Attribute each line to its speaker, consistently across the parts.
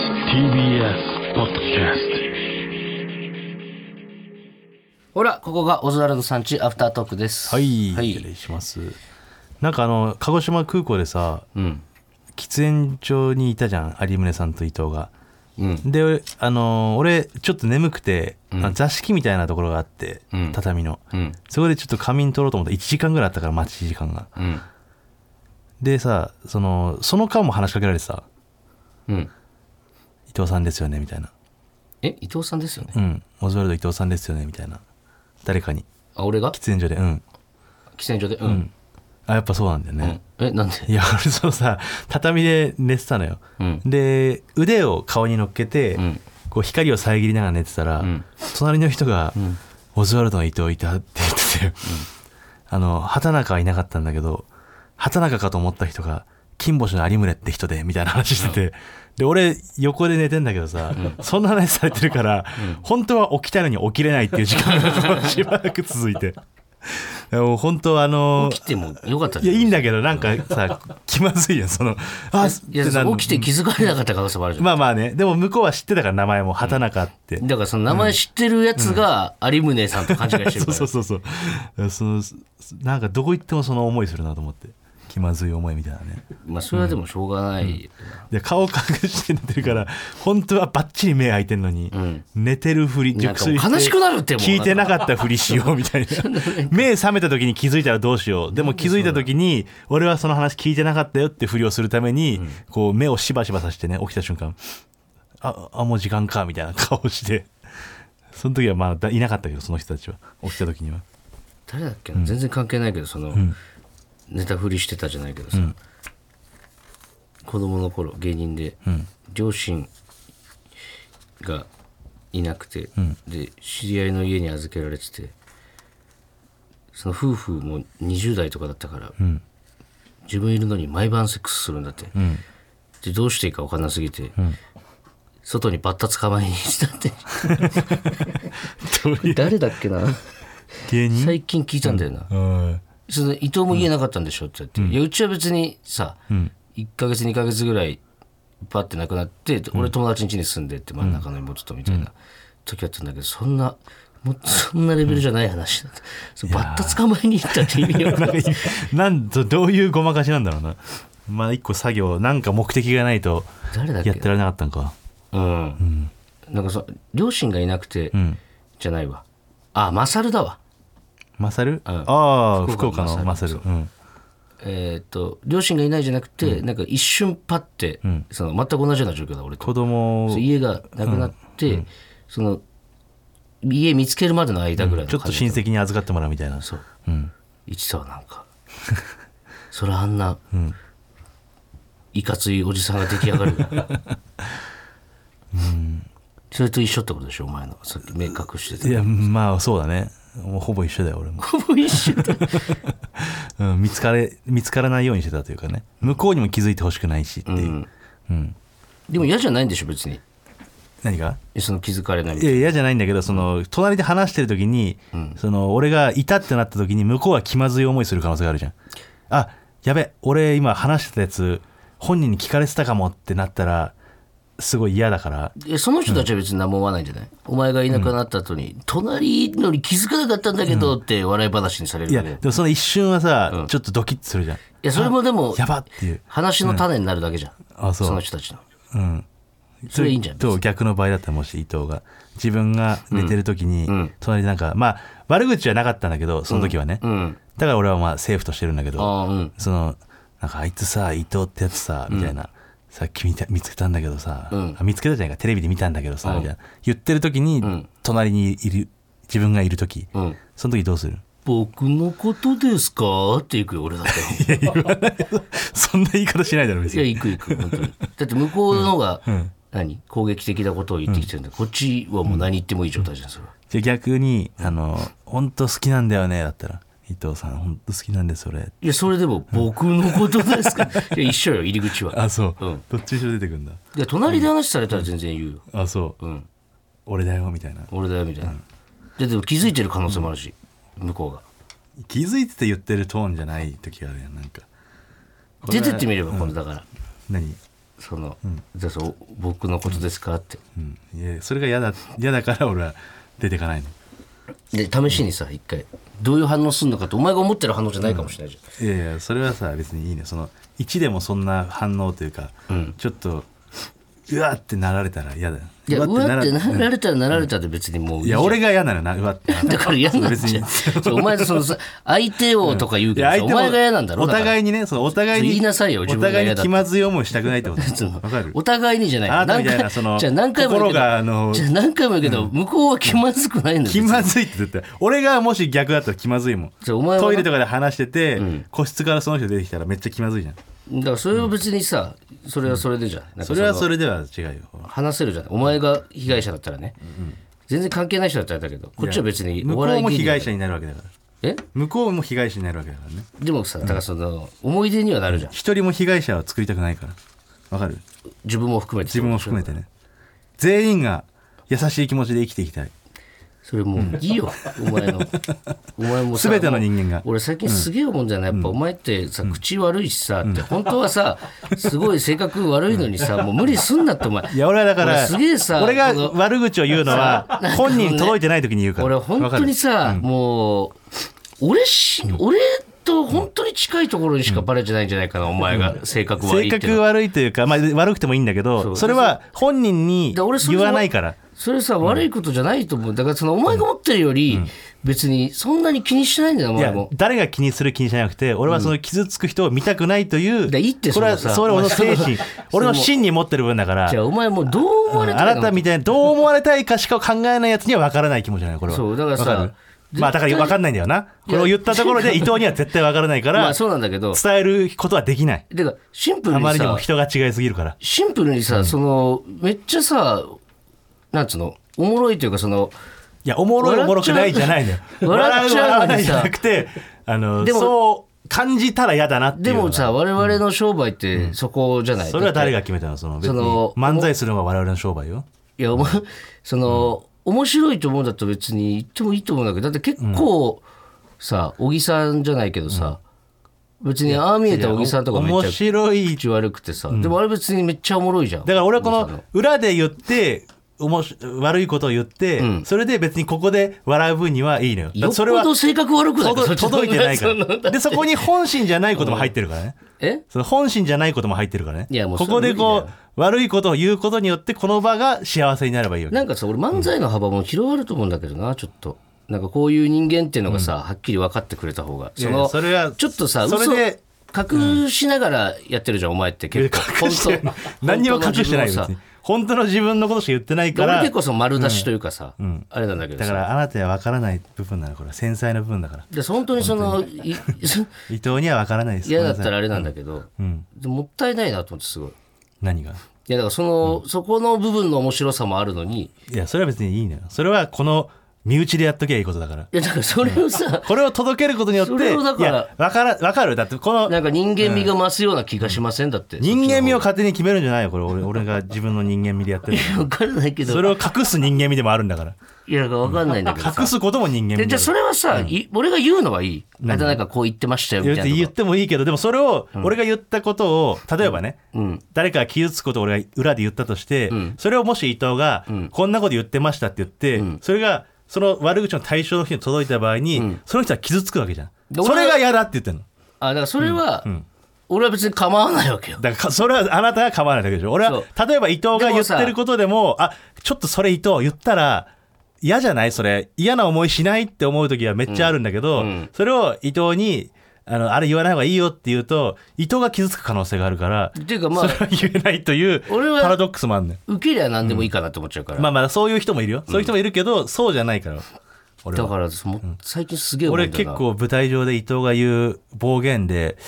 Speaker 1: TBS ポッドキャス
Speaker 2: ほら、ここがオズワルドさんちアフタートークです。
Speaker 3: はい、
Speaker 2: は
Speaker 3: 失礼
Speaker 2: い。
Speaker 3: しますなんかあの鹿児島空港でさ
Speaker 2: うん。
Speaker 3: 喫煙所にいたじゃん有宗さんと伊藤が
Speaker 2: うん。
Speaker 3: であの俺ちょっと眠くて、
Speaker 2: ん
Speaker 3: あの座敷みたいなところがあって、
Speaker 2: うん
Speaker 3: 畳の
Speaker 2: うん。
Speaker 3: そこでちょっと仮眠取ろうと思った1時間ぐらいあったから待ち時間が
Speaker 2: うん。
Speaker 3: でさそのその間も話しかけられてさ
Speaker 2: うん。
Speaker 3: 「伊藤さんですよね」みたいな
Speaker 2: え、伊藤さんですよね
Speaker 3: 「う。んオズワルド伊藤さんですよね」みたいな誰かに
Speaker 2: あ、俺が喫
Speaker 3: 喫煙所で「うん
Speaker 2: 煙所で。うん。
Speaker 3: あやっぱそうなんだよ
Speaker 2: う
Speaker 3: ね
Speaker 2: ん」え、なんで
Speaker 3: いや俺そのさ畳で寝てたのよ、
Speaker 2: うん。
Speaker 3: で腕を顔に乗っけて、
Speaker 2: うん。
Speaker 3: こう光を遮りながら寝てたら、
Speaker 2: ん
Speaker 3: 隣の人が、
Speaker 2: ん
Speaker 3: オズワルドの伊藤いた」って言ってて、あの畑中はいなかったんだけど畑中かと思った人が金星の有村って人でみたいな話してて、で俺横で寝てんだけどさ、そんな話されてるから、本当は起きたいのに起きれないっていう時間がしばらく続いて。でも本当はあの
Speaker 2: 起きてもよかった
Speaker 3: いやいいんだ
Speaker 2: け
Speaker 3: けどなんか さ気まずいやんそのあ
Speaker 2: いや、
Speaker 3: ってなる
Speaker 2: 起きて気づかれなかった可能性もあるじゃん。
Speaker 3: まあまあねでも向こうは知ってたから名前も畑中って、
Speaker 2: だからその名前知ってるやつが有宗さんと勘違 いしてるか
Speaker 3: そう
Speaker 2: ら
Speaker 3: そうそうそうそのなんかどこ行ってもその思いするなと思って気まずい思いみたいなね
Speaker 2: まあそれはでもしょうがない
Speaker 3: で顔隠して寝てるから本当はバッチリ目開いてんのに、
Speaker 2: ん
Speaker 3: 寝てるふり
Speaker 2: なんかもう
Speaker 3: して
Speaker 2: 悲しくなるってもう
Speaker 3: 聞いてなかったふりしようみたいな 目覚めた時に気づいたらどうしようでも気づいた時に俺はその話聞いてなかったよってふりをするために、こう目をしばしばさしてね起きた瞬間ああもう時間かみたいな顔してその時はまあだいなかったけどその人たちは起きた時には
Speaker 2: 誰だっけな全然関係ないけどそのネタ振りしてたじゃないけどさ子供の頃芸人で両親がいなくてで知り合いの家に預けられててその夫婦も20代とかだったから自分いるのに毎晩セックスするんだってでどうしていいか分かんなすぎて外にバッタ捕まえにしたって
Speaker 3: どういう
Speaker 2: 誰だっけな
Speaker 3: 芸人
Speaker 2: 最近聞いたんだよな
Speaker 3: うん
Speaker 2: その伊藤も言えなかったんでしょって言って、いやうちは別にさ、1か月2か月ぐらいパッてなくなってで俺友達ん家に住んでって真ん中の妹とみたいな時あったんだけどそんなもうそんなレベルじゃない話だった、そのバッタ捕まえに行ったって意味 はない
Speaker 3: なんとどういうごまかしなんだろうなまあ一個作業なんか目的がないと
Speaker 2: 誰だっけ
Speaker 3: やってられなかったんか
Speaker 2: うん、なんかそ両親がいなくて、
Speaker 3: ん
Speaker 2: じゃないわあマサルだわ
Speaker 3: マサル
Speaker 2: ん
Speaker 3: ああ
Speaker 2: 福
Speaker 3: 福
Speaker 2: 岡
Speaker 3: 岡
Speaker 2: の
Speaker 3: のマサルうん
Speaker 2: えーっと両親がいないじゃなくて、なんか一瞬パッて、その全く同じような状況だ俺と
Speaker 3: 子供を
Speaker 2: そう
Speaker 3: ち
Speaker 2: 家がなくなって、その家見つけるまでの間ぐらいの
Speaker 3: ょっと
Speaker 2: 感じ
Speaker 3: 親
Speaker 2: だ
Speaker 3: 戚に預かってもらうみたいな
Speaker 2: そう
Speaker 3: うん
Speaker 2: 一さはなんか それあんな、いかついおじさんが出来上が る、それと一緒ってことでしょお前のさっき明確して
Speaker 3: い
Speaker 2: て
Speaker 3: やまあそうだねもうほぼ一緒だよ俺も、
Speaker 2: ほぼ一緒だ
Speaker 3: うん、見つかれ見つからないようにしてたというかね向こうにも気づいてほしくないしっていう、うん
Speaker 2: でも嫌じゃないんでしょ別に
Speaker 3: 何が
Speaker 2: その気づかれないみ
Speaker 3: い
Speaker 2: たい
Speaker 3: や嫌じゃないんだけどその隣で話してる時に、その俺がいたってなった時に向こうは気まずい思いする可能性があるじゃんあやべ俺今話してたやつ本人に聞かれてたかもってなったらすごい嫌だから
Speaker 2: ないやその人たちは別に何も思わないんじゃない、お前がいなくなった後に、隣のに気づかなかったんだけどって笑い話にされる
Speaker 3: いや
Speaker 2: よ
Speaker 3: で
Speaker 2: ね、
Speaker 3: もその一瞬はさ、ちょっとドキッとするじゃん
Speaker 2: いやそれもでも
Speaker 3: やばっていう
Speaker 2: 話の種になるだけじゃん、
Speaker 3: あそう
Speaker 2: の人たちの
Speaker 3: うん
Speaker 2: それいいんじゃない
Speaker 3: と逆の場合だったらもし伊藤が自分が寝てる時に、隣でなんかまあ悪口はなかったんだけどその時はね、
Speaker 2: うん
Speaker 3: だから俺はまあセーフとしてるんだけど
Speaker 2: ああうん
Speaker 3: そのなんかあいつさ伊藤ってやつさみたいな、さっき見た見つけたんだけどさ、あ見つけたじゃないかテレビで見たんだけどさ、みたいな言ってる時に、隣にいる自分がいる時、
Speaker 2: ん
Speaker 3: その時どうする
Speaker 2: 僕のことですかって行くよ俺だって
Speaker 3: そんな言い方しないだろ別
Speaker 2: いや
Speaker 3: に
Speaker 2: 行く行く本当にだって向こうの方が、何攻撃的なことを言ってきてるんで、こっちはもう何言ってもいい状態じゃんそれは
Speaker 3: じゃあ逆に「あの本当好きなんだよね」だったら「伊藤さん本当好きなんでそれ
Speaker 2: いやそれでも僕のことですかいや一緒よ入り口」は
Speaker 3: あそう、
Speaker 2: うん
Speaker 3: どっちにしろ出てくんだ
Speaker 2: いや隣で話されたら全然言うよ
Speaker 3: あそう、
Speaker 2: うん
Speaker 3: 俺だよみたいな
Speaker 2: 俺だよみたいな、ででも気づいてる可能性もあるし、向こうが
Speaker 3: 気づいてて言ってるトーンじゃない時があるやんなんか
Speaker 2: 出てってみれば今度だから、
Speaker 3: 何
Speaker 2: その、じゃあそう僕のことですかって、
Speaker 3: うん、いやそれが嫌だ嫌だから俺は出てかないの
Speaker 2: で試しにさ一回どういう反応するのかってお前が思ってる反応じゃないかもしれないじゃん、
Speaker 3: いやいやそれはさ別にいいねその1でもそんな反応というか、ちょっとうわってなられたら嫌だよ
Speaker 2: いやうわって
Speaker 3: ら
Speaker 2: なられたらなられたで別にもういい
Speaker 3: い
Speaker 2: じゃ
Speaker 3: や
Speaker 2: ん
Speaker 3: 俺が嫌なのなうわってな
Speaker 2: だから嫌になっちゃうそうお前そのさ相手をとか言う
Speaker 3: い
Speaker 2: けど
Speaker 3: や
Speaker 2: さ
Speaker 3: 相
Speaker 2: お
Speaker 3: 手も
Speaker 2: 前が嫌なんだろ
Speaker 3: お互
Speaker 2: い
Speaker 3: いにねそのお互いに
Speaker 2: 言いなさいよ
Speaker 3: お
Speaker 2: 自分が嫌だって
Speaker 3: 互いに気まずい思いしたくないってこ と
Speaker 2: その
Speaker 3: わかる
Speaker 2: お互いにじゃない
Speaker 3: あなたみたいな
Speaker 2: 何回
Speaker 3: その
Speaker 2: じゃあ何回も言うけど
Speaker 3: 心があの
Speaker 2: じゃあ何回も言うけど、向こうは気まずくないんだよ
Speaker 3: 気まずいって絶対俺がもし逆だったら気まずいもん
Speaker 2: じゃあお前はね
Speaker 3: トイレとかで話してて、個室からその人出てきたらめっちゃ気まずいじゃん
Speaker 2: だからそれは別にさ、それはそれでじゃんなんか
Speaker 3: それは
Speaker 2: の
Speaker 3: それでは違うよ
Speaker 2: 話せるじゃんお前が被害者だったらね、全然関係ない人だったらだけどこっちは別に
Speaker 3: 向
Speaker 2: お
Speaker 3: こう
Speaker 2: 笑い
Speaker 3: も
Speaker 2: 芸
Speaker 3: 被
Speaker 2: 人だ
Speaker 3: 害者になるわけだから
Speaker 2: え
Speaker 3: 向こうも被害者になるわけだからね
Speaker 2: でもさだからその思い出にはなるじゃん
Speaker 3: 一人も被害者は作りたくないからわかる
Speaker 2: 自分も含めて
Speaker 3: 自分も含めてね全員が優しい気持ちで生きていきたい
Speaker 2: それもういいよ、お前 の。お前もさ
Speaker 3: 全ての人間が
Speaker 2: もう俺最近すげえ思うんじゃないやっぱお前ってさ、口悪いしさ、って本当はさ、すごい性格悪いのにさ、もう無理すんなってお前。
Speaker 3: いや俺はだから
Speaker 2: 俺すげえさ
Speaker 3: 俺が
Speaker 2: この
Speaker 3: 悪口を言うのは本人に届いてない時に言うから
Speaker 2: 俺本当にさ、もう、俺し、俺と本当に近いところにしかバレてないんじゃないかな、お前が性格悪い
Speaker 3: 性
Speaker 2: っていうのは。
Speaker 3: 格悪いというか、まあ、悪くてもいいんだけど
Speaker 2: う
Speaker 3: それは本人に
Speaker 2: だから俺それ
Speaker 3: 言わないから
Speaker 2: それさ、悪いことじゃないと思う。だからそのお前が思ってるより、別にそんなに気にしてないんだよ、お
Speaker 3: い
Speaker 2: 前
Speaker 3: や
Speaker 2: も。
Speaker 3: 誰が気にする気にしなくて俺はその傷つく人を見たくないという、
Speaker 2: やいいって
Speaker 3: これは
Speaker 2: そのさ
Speaker 3: それは俺の精神
Speaker 2: その
Speaker 3: 俺の芯に持ってる分だから
Speaker 2: じゃあお前もうどう思われた
Speaker 3: あ
Speaker 2: いの
Speaker 3: なたみたいなどう思われたいかしか考えないやつには分からない気持ちじゃないこれは
Speaker 2: そうだからさ
Speaker 3: わるまあだから分かんないんだよなこれを言ったところで伊藤には絶対分からないか
Speaker 2: ま
Speaker 3: ら
Speaker 2: あそうなんだけど、
Speaker 3: 伝えることはできない
Speaker 2: てかシンプル
Speaker 3: あま
Speaker 2: に
Speaker 3: りにも
Speaker 2: さ、
Speaker 3: 人が違いすぎるから
Speaker 2: シンプルにさ、その、めっちゃさ、なんつうの、おもろいというか、その、
Speaker 3: いやおもろいおもろくないじゃないのよ
Speaker 2: 笑っちゃう
Speaker 3: 笑う笑わ
Speaker 2: 笑っちゃうの
Speaker 3: ない
Speaker 2: に
Speaker 3: じ
Speaker 2: さ
Speaker 3: ゃなくてあの
Speaker 2: でも
Speaker 3: そう感じたら嫌だなっていう
Speaker 2: で
Speaker 3: のが
Speaker 2: もさ、我々の商売ってそこじゃない、
Speaker 3: それは誰
Speaker 2: だって
Speaker 3: が決めたのその別に
Speaker 2: その
Speaker 3: 漫才するのが我々の商売よ
Speaker 2: いや、お前、その、面白いと思うんだったら別に言ってもいいと思うんだけど、だって結構、さ、小木さんじゃないけどさ、別にああ見えた小木さんとかめっ
Speaker 3: 面
Speaker 2: ちゃ
Speaker 3: 白い
Speaker 2: 口悪くてさ、でもあれ別にめっちゃおもろいじゃん。
Speaker 3: だから俺はこの裏で言っておもし悪いことを言って、それで別にここで笑う分にはいいのよ。だから
Speaker 2: よっ
Speaker 3: それは
Speaker 2: ぽど性格悪くないか
Speaker 3: 届届いてないか
Speaker 2: その
Speaker 3: ら。で、そこに本心じゃないことも入ってるからね。
Speaker 2: え
Speaker 3: その本心じゃないことも入ってるからね。
Speaker 2: いやもうそ
Speaker 3: こ
Speaker 2: れは無理
Speaker 3: こで
Speaker 2: だよ
Speaker 3: こう、悪いことを言うことによって、この場が幸せになればいいよ。
Speaker 2: なんかさ俺漫才の幅も広がると思うんだけどなちょっとなんかこういう人間っていうのがさ、はっきり分かってくれた方が
Speaker 3: い
Speaker 2: そ
Speaker 3: やいや
Speaker 2: の
Speaker 3: それは
Speaker 2: ちょっとさ
Speaker 3: それで
Speaker 2: 嘘隠しながらやってるじゃん、お前って結構
Speaker 3: 隠して
Speaker 2: 本当
Speaker 3: 何にも隠してないよ。
Speaker 2: 本当の自分をさ
Speaker 3: 別に本当の自分のことしか言ってないか
Speaker 2: 俺
Speaker 3: ら。
Speaker 2: 結構その丸出しというかさ、あれなんだけど
Speaker 3: だ
Speaker 2: さ
Speaker 3: から、あなたには分からない部分なの、これは。繊細な部分だから。
Speaker 2: で本当にそのい
Speaker 3: 伊藤には分からないです。
Speaker 2: 嫌だっ
Speaker 3: ごめんなさ
Speaker 2: た
Speaker 3: い
Speaker 2: らあれなんだけど、でもったいないなと思ってすごいい
Speaker 3: 何が
Speaker 2: やだからその、そこの部分の面白さもあるのに
Speaker 3: いや、それは別にいいのよ。それはこの身内でやっときゃいいことだから。
Speaker 2: いやだからそれをさ、
Speaker 3: これを届けることによって、
Speaker 2: それをだから
Speaker 3: いや、わから、わかるだって、こ の
Speaker 2: なんか人間味が増すような気がしませんだって
Speaker 3: 人間味を勝手に決めるんじゃないよ。これ、俺、俺が自分の人間味でやってる。
Speaker 2: 分からないけど
Speaker 3: それを隠す人間味でもあるんだから。
Speaker 2: いや、わかんないんだけどさ。
Speaker 3: 隠すことも人間味
Speaker 2: でじ
Speaker 3: だ
Speaker 2: ゃあ
Speaker 3: か
Speaker 2: それはさ、い俺が言うのはいい。あとなんかこう言ってましたよ、
Speaker 3: ら。
Speaker 2: み
Speaker 3: 言
Speaker 2: た
Speaker 3: って
Speaker 2: いな
Speaker 3: 言っ
Speaker 2: とか。
Speaker 3: てもいいけど、でもそれを、俺が言ったことを、例えばね、誰かが傷つくことを俺が裏で言ったとして、それをもし伊藤が、こんなこと言ってましたって言って、それが、その悪口の対象の人に届いた場合に、その人は傷つくわけじゃん。
Speaker 2: で俺
Speaker 3: そ
Speaker 2: は
Speaker 3: れが嫌だって言ってんの。
Speaker 2: あ、だからそれは、俺は別に構わないわけよ。
Speaker 3: だからそれはあなたが構わないだけでしょ俺は
Speaker 2: そ
Speaker 3: 例えば伊藤が言ってることでもあちょっとそれ伊藤言ったら嫌じゃないそれ嫌な思いしないって思う時はめっちゃあるんだけど、それを伊藤にあのあれ言わない方がいいよって言うと伊藤が傷つく可能性があるから
Speaker 2: っていうかまあ
Speaker 3: それは言えないというパ
Speaker 2: 俺は
Speaker 3: ラドックスもあるね
Speaker 2: 受けりゃ何でもいいかなって思っちゃうから。
Speaker 3: まあまあそういう人もいるよそういう人もいるけど、そうじゃないから俺は
Speaker 2: だからその、最近すげえ思う
Speaker 3: 俺
Speaker 2: んだよ
Speaker 3: 結
Speaker 2: な
Speaker 3: 構舞台上で伊藤が言う暴言で、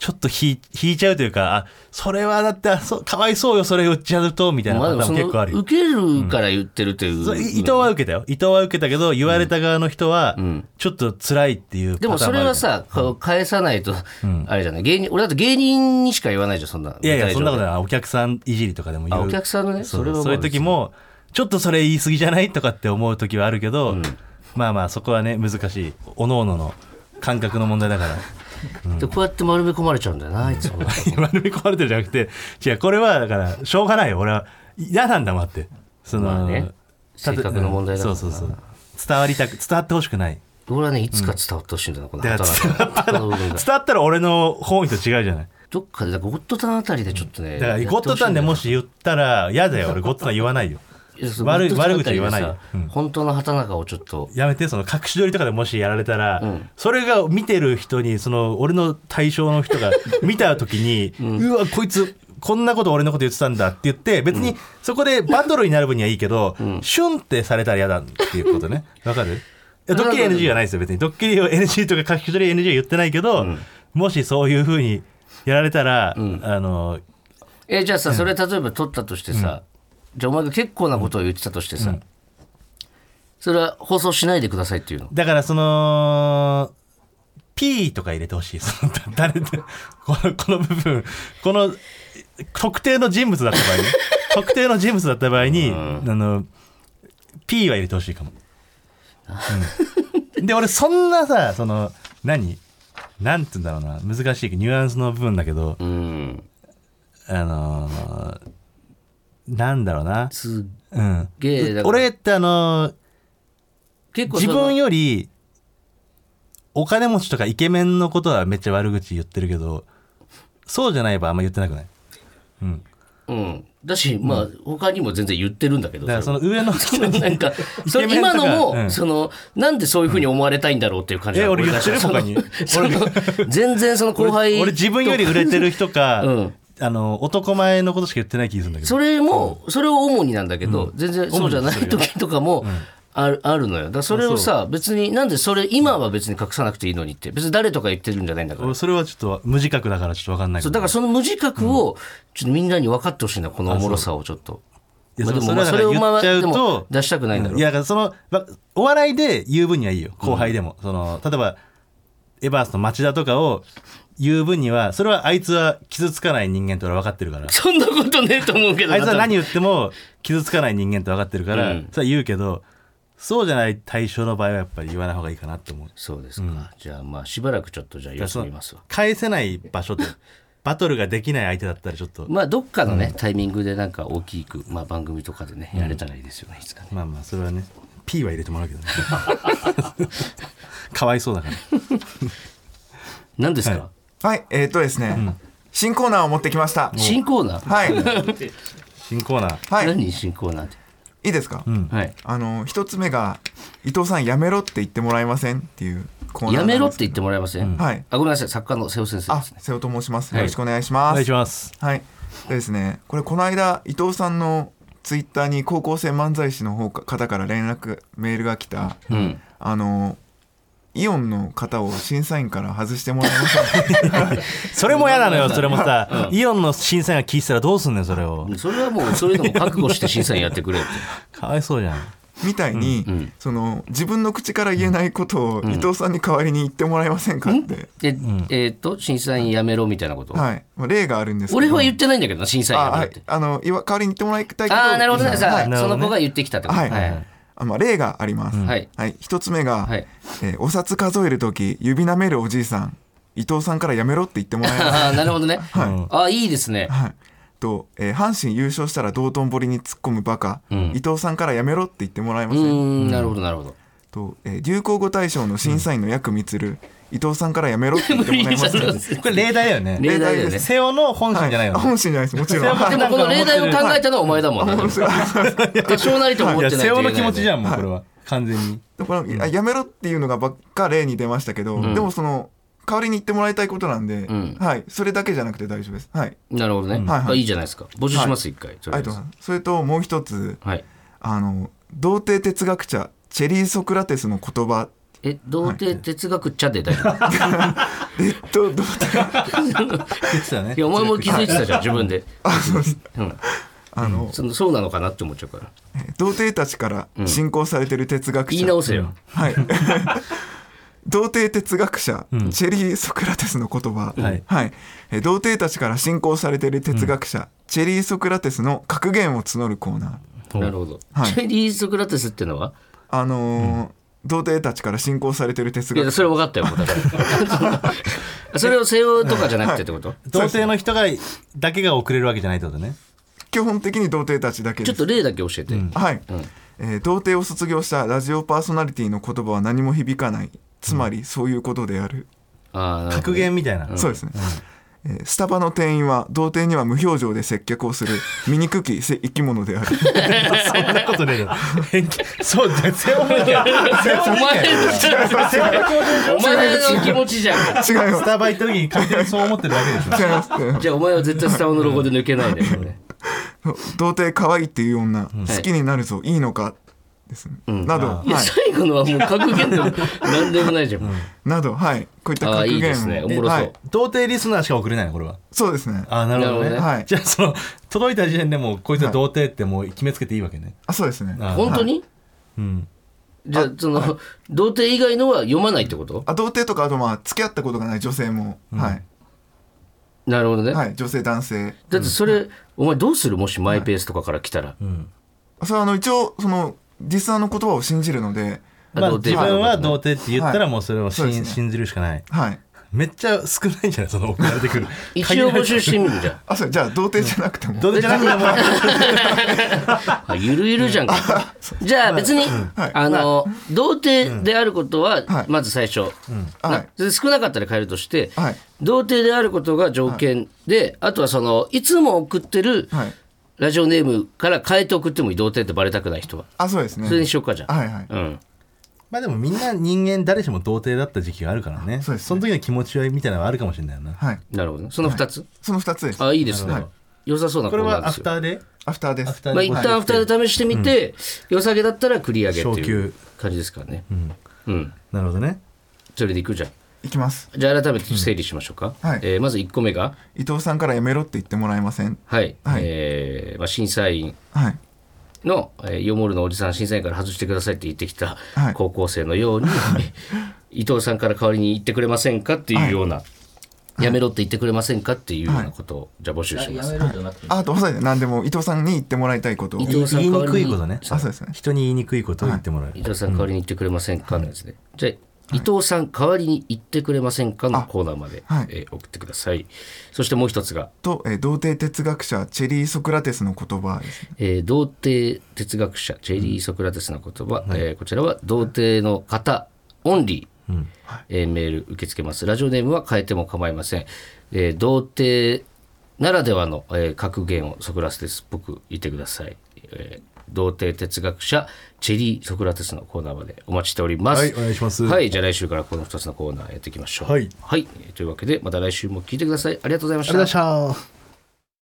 Speaker 3: ちょっと引い引いちゃうというか、あ、それはだって、あそうかわいそうよ、それ言っちゃうと、みたいな
Speaker 2: まあでも
Speaker 3: パターン
Speaker 2: そ
Speaker 3: も結構ある
Speaker 2: の、
Speaker 3: よ。
Speaker 2: 受けるから言ってるという。
Speaker 3: そうい伊藤は受けたよ。伊藤は受けたけど、言われた側の人は、ちょっと辛いっていうパタ
Speaker 2: で
Speaker 3: ーンもあ
Speaker 2: も
Speaker 3: るか
Speaker 2: そ
Speaker 3: ら
Speaker 2: れは、さ、こう返さないと、あれじゃない。芸人、俺だって芸人にしか言わないじゃん、そんな。
Speaker 3: いやいや、そんなこと
Speaker 2: ない。
Speaker 3: ない。お客さんいじりとかでも言
Speaker 2: あ
Speaker 3: う。
Speaker 2: お客さんのね、
Speaker 3: そ
Speaker 2: そうれはまあ
Speaker 3: そういう時も、ちょっとそれ言い過ぎじゃないとかって思う時はあるけど、まあまあ、そこはね、難しい。おののの感覚の問題だから。
Speaker 2: でこうやって丸め込まれちゃうんだよな、いつ も。
Speaker 3: 丸め込まれてるじゃなくて違うこれはだからしょうがないよ俺は嫌なんだもんってその、
Speaker 2: まあね
Speaker 3: たと
Speaker 2: 性格の問題だから
Speaker 3: う
Speaker 2: なん
Speaker 3: そうそうそう伝わりたく伝わってほしくない
Speaker 2: 俺はね、いつか伝わってほしいんだな、この
Speaker 3: だから
Speaker 2: 働きの部分が。
Speaker 3: 伝わったら俺の本意と違うじゃない
Speaker 2: どっかで、だからゴッドタンあたりでちょっとね。
Speaker 3: だからゴッドタンでもし言ったら嫌だよ俺ゴッドタン言わないよ
Speaker 2: いやそう
Speaker 3: 悪い
Speaker 2: ゴッドタンあたり
Speaker 3: 悪
Speaker 2: で
Speaker 3: 口言わない
Speaker 2: さ
Speaker 3: ようん
Speaker 2: 本当の畑中をちょっと、
Speaker 3: やめてその隠し撮りとかでもしやられたら、
Speaker 2: ん
Speaker 3: それが見てる人にその俺の対象の人が 見た時に、うわこいつこんなこと俺のこと言ってたんだって言って別にそこでバトルになる分にはいいけど、シュンってされたら嫌だっていうことねわかるいやドッキリ NG じゃないですよ別にドッキリを NG とか書き取り NG は言ってないけど、もしそういうふうにやられたら、あの
Speaker 2: え、じゃあさ、それ例えば取ったとしてさ、じゃあお前が結構なことを言ってたとしてさ、それは放送しないでくださいっていうの。
Speaker 3: だからその、P とか入れてほしい。 その誰で、この、この部分、この、特定の人物だった場 合に、特定の人物だった場合に、あの、P は入れてほし いかも。うんで、俺そんなさ、その、何なんて言うんだろうな、難しい、ニュアンスの部分だけど、
Speaker 2: うん。
Speaker 3: あのーなんだろうな。
Speaker 2: す
Speaker 3: うん。
Speaker 2: げえ、だから
Speaker 3: 俺ってあのー
Speaker 2: 結構そ
Speaker 3: 自
Speaker 2: の
Speaker 3: 分よりお金持ちとかイケメンのことはめっちゃ悪口言ってるけどそうじゃない場合あんま言ってなくない
Speaker 2: うん。だし、まあ、他にも全然言ってるんだけど
Speaker 3: だからその上の人に
Speaker 2: なんか、それ
Speaker 3: イケメ
Speaker 2: 今
Speaker 3: ンとか
Speaker 2: のも、
Speaker 3: うん
Speaker 2: その、なんでそういうふうに思われたいんだろうっていう感じ
Speaker 3: え
Speaker 2: なの
Speaker 3: 俺言ってる
Speaker 2: その
Speaker 3: 他に
Speaker 2: その全然その 後輩
Speaker 3: 俺俺自分より売れてる人 か、
Speaker 2: うん
Speaker 3: あの男前のことしか言ってない気がするんだけど
Speaker 2: それも、それを主になんだけど、全然そうじゃない
Speaker 3: 主にそれが
Speaker 2: 時とかも、あるあるのよだからそれをさ別になんでそれ今は別に隠さなくていいのにって別に誰とか言ってるんじゃないんだから
Speaker 3: 俺それはちょっと無自覚だからちょっと分かんないけ
Speaker 2: そうだ
Speaker 3: ど
Speaker 2: からその無自覚をちょっとみんなに分かってほしいなこのおもろさをちょっと
Speaker 3: いや
Speaker 2: まあでも
Speaker 3: それはだ
Speaker 2: そ
Speaker 3: か
Speaker 2: れ
Speaker 3: ら
Speaker 2: をまあ
Speaker 3: 言
Speaker 2: で
Speaker 3: っちゃう
Speaker 2: も
Speaker 3: と
Speaker 2: 出したくないんだろ
Speaker 3: いやだからそのまお笑いで言う分にはいいよ後輩でも、その例えばエバースの町田とかを言う分にはそれはあいつは傷つかない人間って俺は分かってるから
Speaker 2: そんなことねえと思うけどな
Speaker 3: あいつは何言っても傷つかない人間って分かってるから、
Speaker 2: うん
Speaker 3: それは言うけどそうじゃない対象の場合はやっぱり言わない方がいいかなって思う
Speaker 2: そうですか、じゃあまあしばらくちょっとじゃあ様子見ますわ
Speaker 3: 返せない場所で バトルができない相手だったらちょっと
Speaker 2: まあどっかのね、タイミングでなんか大きく、まあ、番組とかでねやれたらいいですよね、いつかね
Speaker 3: まあまあそれはね P は入れてもらうけどね かわいそうだから
Speaker 2: 何ですか、
Speaker 4: はい、えーっとですね、新コーナーを持ってきました。
Speaker 2: 新コーナー、
Speaker 4: はい、
Speaker 3: 新コーナー
Speaker 4: はい、い
Speaker 2: 何新コーナーって、
Speaker 4: いですか。
Speaker 2: はい
Speaker 4: あの一つ目が伊藤さんやめろって言ってもらえませんっていうコーナー
Speaker 2: や
Speaker 4: なんで
Speaker 2: め
Speaker 4: す
Speaker 2: ろって言ってもらえません、
Speaker 4: はい
Speaker 2: あごめんなさい作家の瀬尾先生
Speaker 4: あ、
Speaker 2: ですね
Speaker 4: 瀬尾と申します。
Speaker 2: はい
Speaker 4: よろしくお願いし
Speaker 3: お
Speaker 4: ます。
Speaker 3: 願いします
Speaker 4: はい。でですね、これこの間伊藤さんのツイッターに高校生漫才師の方か方から連絡メールが来た、
Speaker 2: うん
Speaker 4: あのイオンの方を審査員から外してもらいました。
Speaker 3: それも嫌なのよそれもさ、イオンの審査員が聞いてたらどうすんねんそれを
Speaker 2: それはもうそういうのも覚悟して審査員やってく れって
Speaker 3: かわいそうじゃん
Speaker 4: みたいに、その自分の口から言えないことを伊藤さんに代わりに言ってもらえませんかって、
Speaker 2: で、えーっと審査員やめろみたいなこと、
Speaker 4: はい、まあ、例があるんですけど
Speaker 2: 俺は言ってないんだけどな審査員
Speaker 4: あ、
Speaker 2: やめろ
Speaker 4: は
Speaker 2: っ
Speaker 4: い
Speaker 2: て、
Speaker 4: あのいわ代わりに言ってもらいたいことを
Speaker 2: ああーなるほどねさあ、
Speaker 4: はい
Speaker 3: なる
Speaker 2: そ
Speaker 3: ほ
Speaker 2: の
Speaker 3: どね
Speaker 2: 子が言ってきたってこと
Speaker 4: はい
Speaker 2: はい
Speaker 4: あまあ、例があります、
Speaker 2: はい
Speaker 4: はい、一つ目が、
Speaker 2: はい
Speaker 4: えーお札数える時指なめるおじいさん伊藤さんからやめろって言ってもらえます
Speaker 2: ああなるほどね、
Speaker 4: は
Speaker 2: ああいいですね
Speaker 4: はいと、えー阪神優勝したら道頓堀に突っ込むバカ、伊藤さんからやめろって言ってもらえま
Speaker 2: う
Speaker 4: せん、
Speaker 2: ーんなるほどなるほど
Speaker 4: と、えー流行語大賞の審査員の役満、伊藤さんからやめろって言ってもらえません
Speaker 2: 無理じゃん
Speaker 3: これ例題だよね
Speaker 2: 例題だよね
Speaker 4: 例
Speaker 3: 瀬尾の本心じゃないの、
Speaker 4: はあ本 心じゃないですもちろん
Speaker 3: でも
Speaker 4: は
Speaker 2: で
Speaker 4: い
Speaker 2: もこの例題を考えたのはお前だもんな。多少なりとも思っ
Speaker 3: いや
Speaker 2: てない
Speaker 3: 瀬
Speaker 2: といけな
Speaker 3: 尾の
Speaker 2: い
Speaker 3: 気持ちじゃんもう
Speaker 4: はい
Speaker 3: これは完全に
Speaker 4: だからあやめろっていうのがばっか例に出ましたけど、でもその代わりに言ってもらいたいことなんで、
Speaker 2: ん
Speaker 4: はい、それだけじゃなくて大丈夫です。はい、
Speaker 2: なるほどね。
Speaker 4: はいはい
Speaker 2: あいいじゃないですか。募集します、一回。とり
Speaker 4: あ
Speaker 2: あえ
Speaker 4: り
Speaker 2: ず
Speaker 4: がとうございます。それともう一つ、
Speaker 2: はい。
Speaker 4: あの童貞哲学者チェリー・ソクラテスの言葉
Speaker 2: え、童貞哲学茶で大丈 夫。
Speaker 4: えっと童貞
Speaker 3: 言ってたね
Speaker 2: いや、お前も気づいてたじゃん、自分で。
Speaker 4: あそうです
Speaker 2: うん。
Speaker 4: あの、
Speaker 2: そのそうなのかなって思っちゃうから。
Speaker 4: 童貞たちから信仰されてる哲学者、
Speaker 2: 言い直せよ。
Speaker 4: はい。 童貞哲学者、チェリー・ソクラテスの言葉、
Speaker 3: はい
Speaker 4: えー童貞たちから信仰されている哲学者、チェリー・ソクラテスの格言を募るコーナー
Speaker 2: なるほど。
Speaker 4: はい
Speaker 2: チェリー・ソクラテスってのは
Speaker 4: あのー童貞たちから信仰されてる哲
Speaker 2: いや
Speaker 4: 学
Speaker 2: それ分かったよもうだから それを西洋とかじゃなくてってこと、
Speaker 3: 童貞の人がだけが送れるわけじゃないってことね
Speaker 4: 基本的に童貞たちだけ
Speaker 2: ち
Speaker 4: で
Speaker 2: ょっ
Speaker 4: す
Speaker 2: と例だけ教えて、
Speaker 4: はい、えー童貞を卒業したラジオパーソナリティの言葉は何も響かないつまりそういうことである、
Speaker 2: ああなるほ
Speaker 3: 格言みたいな、
Speaker 4: そうですね、えースタバの店員は童貞には無表情で接客を する醜き生き物である
Speaker 3: そんなことねえだろ偏見そうじゃん背負うけ
Speaker 2: どお前お前の気持ちじゃん
Speaker 4: 違います
Speaker 3: スタバ行った時に勝手にそう思ってるだけでしょ
Speaker 4: 違います違いま
Speaker 2: じゃあお前は絶対スタバのロゴで抜けないで、ね、
Speaker 4: す童貞可愛いっていう女、好きになるぞいいのかですね、など、
Speaker 2: いや
Speaker 4: はい、
Speaker 2: 最後のはもう格言でも何でもないじゃん、
Speaker 4: などはいこういっ
Speaker 2: あ
Speaker 4: た
Speaker 2: あ
Speaker 4: 格
Speaker 2: いいで
Speaker 4: 言
Speaker 2: すねお
Speaker 4: を
Speaker 2: もろそう、
Speaker 4: はい、
Speaker 3: 童貞リスナーしか送れないのこれは
Speaker 4: そうですね
Speaker 3: ああなるほどね
Speaker 2: なるほどね
Speaker 4: はい
Speaker 3: じゃあその届いた時点でもうこいつは童貞ってもう決めつけていいわけね、
Speaker 4: あそうですね
Speaker 3: あ
Speaker 2: 本当に、
Speaker 3: うん
Speaker 2: じゃあその童貞以外のは読まないってこと
Speaker 4: あ童貞とかあとまあ付き合ったことがない女性も、はい、
Speaker 2: なるほどね、
Speaker 4: はい、女性男性
Speaker 2: だってそれ、お前どうするもしマイペースとかから来たら、
Speaker 4: それはあの一応そのリスナーの言葉を信じるので
Speaker 3: まあ、
Speaker 2: 童
Speaker 3: 自
Speaker 2: 貞
Speaker 3: 分は童貞って言ったら
Speaker 4: はい
Speaker 3: もうそれを信,、
Speaker 4: そうですね
Speaker 3: 信じるしかない
Speaker 4: はい
Speaker 3: めっちゃ少ないんじゃないその送られてくる
Speaker 2: 一応募集してみるじ ゃん
Speaker 4: あそうじゃあ童貞じゃなくても、
Speaker 3: 童貞じゃなくても
Speaker 2: あゆるゆるじゃんかじゃあ別に、あの、童貞であることは
Speaker 4: はい
Speaker 2: まず最初、
Speaker 4: は
Speaker 2: ないそれ少なかったら変えるとして、
Speaker 4: はい
Speaker 2: 童貞であることが条件で、あとはそのいつも送ってる
Speaker 4: はい
Speaker 2: ラジオネームから変えて送ってもいい童貞ってバレたくない人は
Speaker 4: あそうですね
Speaker 2: それにしようかじゃん、
Speaker 4: はいはい
Speaker 2: うん、
Speaker 3: まあでもみんな人間誰しも童貞だった時期があるからね
Speaker 4: そうですね
Speaker 3: の時の気持ちみたいなのはあるかもしれないよな
Speaker 4: はい
Speaker 2: なるほどねその2つ、
Speaker 4: その2つです
Speaker 2: あいいですね、
Speaker 4: なるほ
Speaker 2: 良さそうなコ
Speaker 3: これ
Speaker 2: ーナー
Speaker 3: は
Speaker 2: で
Speaker 3: ア
Speaker 2: す
Speaker 3: フ
Speaker 2: よ
Speaker 3: ターで
Speaker 4: アフターです
Speaker 3: アフター
Speaker 2: まあ
Speaker 3: で
Speaker 2: 一旦アフターで試してみて、良さげだったら繰り上げって
Speaker 3: 昇
Speaker 2: いう
Speaker 3: 級
Speaker 2: 感じですからねうん、
Speaker 3: なるほどね
Speaker 2: それでいくじゃん
Speaker 4: いきます
Speaker 2: じゃあ改めて整理しましょうか、
Speaker 4: うんはい
Speaker 2: えーまず1個目が
Speaker 4: 伊藤さんからやめろって言ってもらえません
Speaker 2: はい、
Speaker 4: はい
Speaker 2: えーまあ、審査員
Speaker 4: はい
Speaker 2: の、えー、イオモールのおじさん審査員から外してくださいって言ってきた
Speaker 4: はい
Speaker 2: 高校生のよう に、伊藤さんから代わりに言ってくれませんかっていうような、やめろって言ってくれませんかっていうようなことを、じゃあ募集します。
Speaker 4: あどうぞ何でも伊藤さんに言ってもらいたいことを
Speaker 2: 伊藤さん
Speaker 3: 言いに
Speaker 2: 代わ
Speaker 3: く
Speaker 2: り
Speaker 3: い
Speaker 2: に
Speaker 3: ことね
Speaker 4: あそうですね
Speaker 3: 人に言いにくいことを言ってもらう、
Speaker 2: 伊藤さん代わりに言ってくれませんかのやつで、じゃあ伊藤さん代わりに言ってくれませんかのコーナーまで、
Speaker 4: はい
Speaker 2: えー送ってください。そしてもう一つが、
Speaker 4: と、えー童貞哲学者チェリー・ソクラテスの言葉ですね
Speaker 2: えー童貞哲学者チェリー・ソクラテスの言葉、えーこちらは童貞の方オンリー、えーメール受け付けますラジオネームは変えても構いません、えー童貞ならではの、えー格言をソクラテスっぽく言ってください、えー童貞哲学者チェリー・ソクラテスのコーナーまでお待ちしております
Speaker 3: はいお願いします
Speaker 2: はいじゃあ来週からこの2つのコーナーやっていきましょう
Speaker 3: はい
Speaker 2: はい、えーというわけでまた来週も聞いてくださいありがとうございまし
Speaker 3: ありがとうございま
Speaker 2: た
Speaker 3: した